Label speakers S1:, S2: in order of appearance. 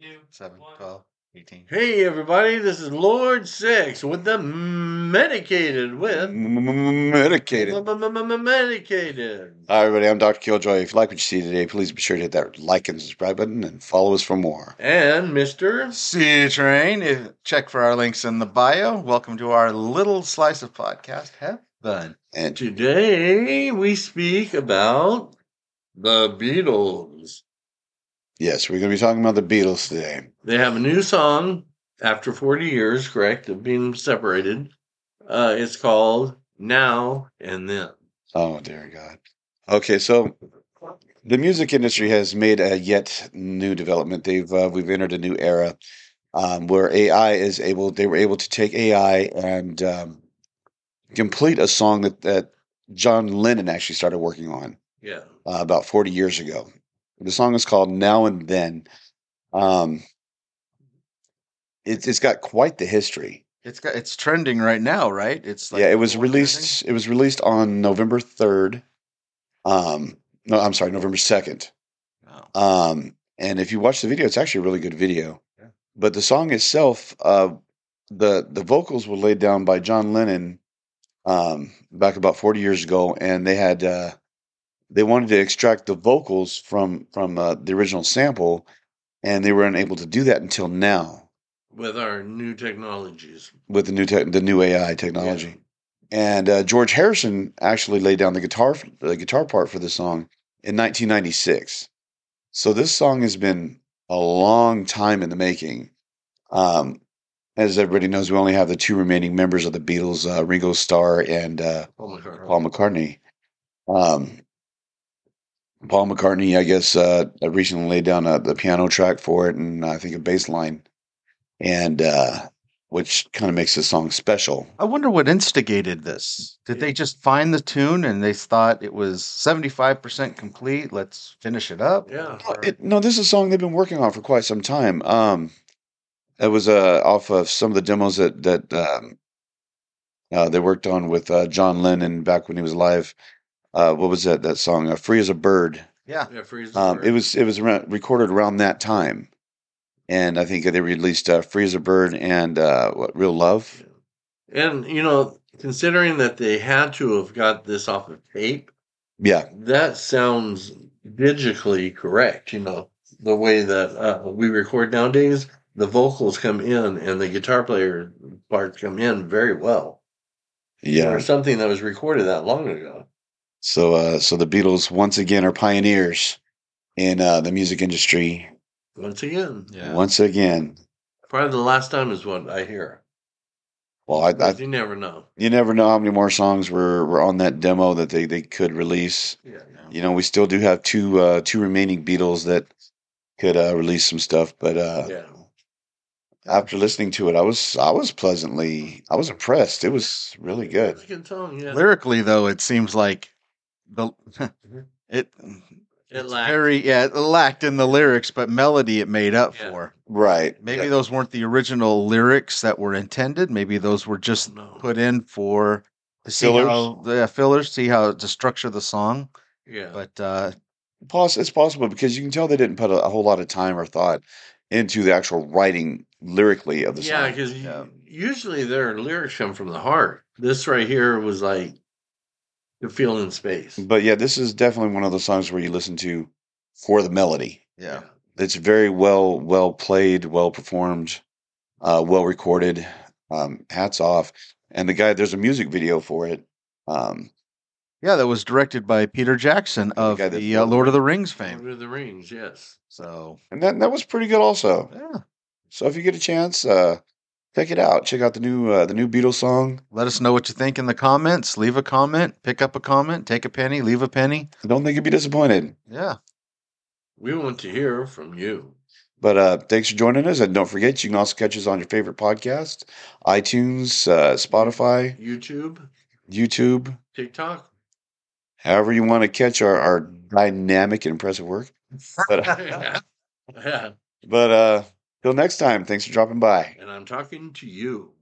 S1: two,
S2: seven,
S1: one.
S2: 12, 18.
S3: Hey everybody, this is Lord Six with the medicated with
S4: Medicated.
S3: medicated.
S4: Hi, everybody. I'm Dr. Killjoy. If you like what you see today, please be sure to hit that like and subscribe button and follow us for more.
S3: And Mr.
S2: C Train, if- check for our links in the bio. Welcome to our little slice of podcast. Have fun.
S4: And
S3: Today we speak about the Beatles.
S4: yes, we're going to be talking about the Beatles today.
S3: They have a new song after 40 years, correct, of being separated. Uh, it's called Now and Then.
S4: Oh, dear God. Okay, so the music industry has made a yet new development. They've uh, we've entered a new era um, where AI is able. They were able to take AI and um, complete a song that that John Lennon actually started working on.
S3: Yeah.
S4: uh, about 40 years ago. The song is called Now and Then. Um, it, it's got quite the history.
S2: It's got it's trending right now, right? It's
S4: yeah, it was
S2: number one
S4: released. It was released on November 3rd. Um, no, I'm sorry, November 2nd.
S2: trending? Oh.
S4: Um, and if you watch the video, it's actually a really good video.
S2: Yeah.
S4: But the song itself, uh, the the vocals were laid down by John Lennon um, back about forty years ago, and they had uh, they wanted to extract the vocals from from uh, the original sample, and they were unable to do that until now
S3: With our new technologies.
S4: with the new tech the new AI technology. And uh, George Harrison actually laid down the guitar the guitar part for this song in 1996. So this song has been a long time in the making. Um, as everybody knows, we only have the two remaining members of the Beatles, uh, Ringo Starr and uh,
S3: Oh my God.
S4: Paul McCartney. Um, Paul McCartney, I guess, uh, recently laid down uh, the piano track for it, and uh, I think a bass line, and uh, which kind of makes the song special.
S2: I wonder what instigated this. Did they just find the tune and they thought it was 75% complete? Let's finish it up.
S3: Yeah.
S4: No, Oh, it, no, this is a song they've been working on for quite some time. Um, it was uh, off of some of the demos that that um, uh, they worked on with uh, John Lennon back when he was alive. Uh, what was that that song? Uh, "Free as a Bird."
S2: Yeah.
S3: Yeah, freeze the
S4: Um,
S3: bird.
S4: it was it was around, recorded around that time, and I think they released uh, "Free as a Bird" and uh, what "Real Love."
S3: And you know, considering that they had to have got this off of tape,
S4: Yeah,
S3: that sounds digitally correct. You know, the way that uh, we record nowadays, the vocals come in and the guitar player parts come in very well.
S4: yeah.
S3: Or something that was recorded that long ago.
S4: So uh, so the Beatles once again are pioneers in uh, the music industry.
S3: Once again,
S2: Yeah.
S4: Once again,
S3: probably the last time is what I hear.
S4: well, I, I
S3: 'Cause you never know.
S4: you never know how many more songs were, were on that demo that they, they could release.
S3: Yeah.
S4: You know, we still do have two uh, two remaining Beatles that could uh, release some stuff. But uh,
S3: Yeah.
S4: after listening to it, I was I was pleasantly I was impressed. It was really good.
S3: It's a good song. Yeah.
S2: Lyrically though, it seems like the it
S3: Mm-hmm. It
S2: it's
S3: lacked.
S2: very yeah, it lacked in the lyrics, but melody it made up
S3: Yeah.
S2: for.
S4: Right.
S2: Maybe
S4: Yeah.
S2: those weren't the original lyrics that were intended. Maybe those were just
S3: no.
S2: put in for to see
S4: Fillers?
S2: how the fillers, see how to structure the song.
S3: yeah.
S2: But uh,
S4: Poss- it's possible because you can tell they didn't put a, a whole lot of time or thought into the actual writing lyrically of the
S3: yeah,
S4: song.
S3: because
S2: Yeah.
S3: usually their lyrics come from the heart. This right here was like the feel in space.
S4: But yeah, this is definitely one of those songs where you listen to for the melody.
S2: yeah,
S4: It's very well well played, well performed, uh, well recorded. Um, hats off. And the guy, there's a music video for it. Um,
S2: yeah, that was directed by Peter Jackson of
S4: guy that
S2: the uh,
S4: wrote-
S2: Lord of the Rings fame.
S3: Lord of the Rings, yes.
S2: So
S4: and that that was pretty good also.
S2: yeah,
S4: So if you get a chance, uh, check it out. Check out the new uh, the new Beatles song.
S2: let us know what you think in the comments. Leave a comment, pick up a comment, take a penny, leave a penny.
S4: I don't think you'd be disappointed.
S2: Yeah,
S3: We want to hear from you.
S4: But uh, thanks for joining us, and don't forget you can also catch us on your favorite podcast, iTunes, uh, Spotify,
S3: YouTube,
S4: YouTube,
S3: TikTok.
S4: however you want to catch our, our dynamic and impressive work. But uh,
S3: yeah. And
S4: but uh, till next time, thanks for dropping by.
S3: I'm talking to you.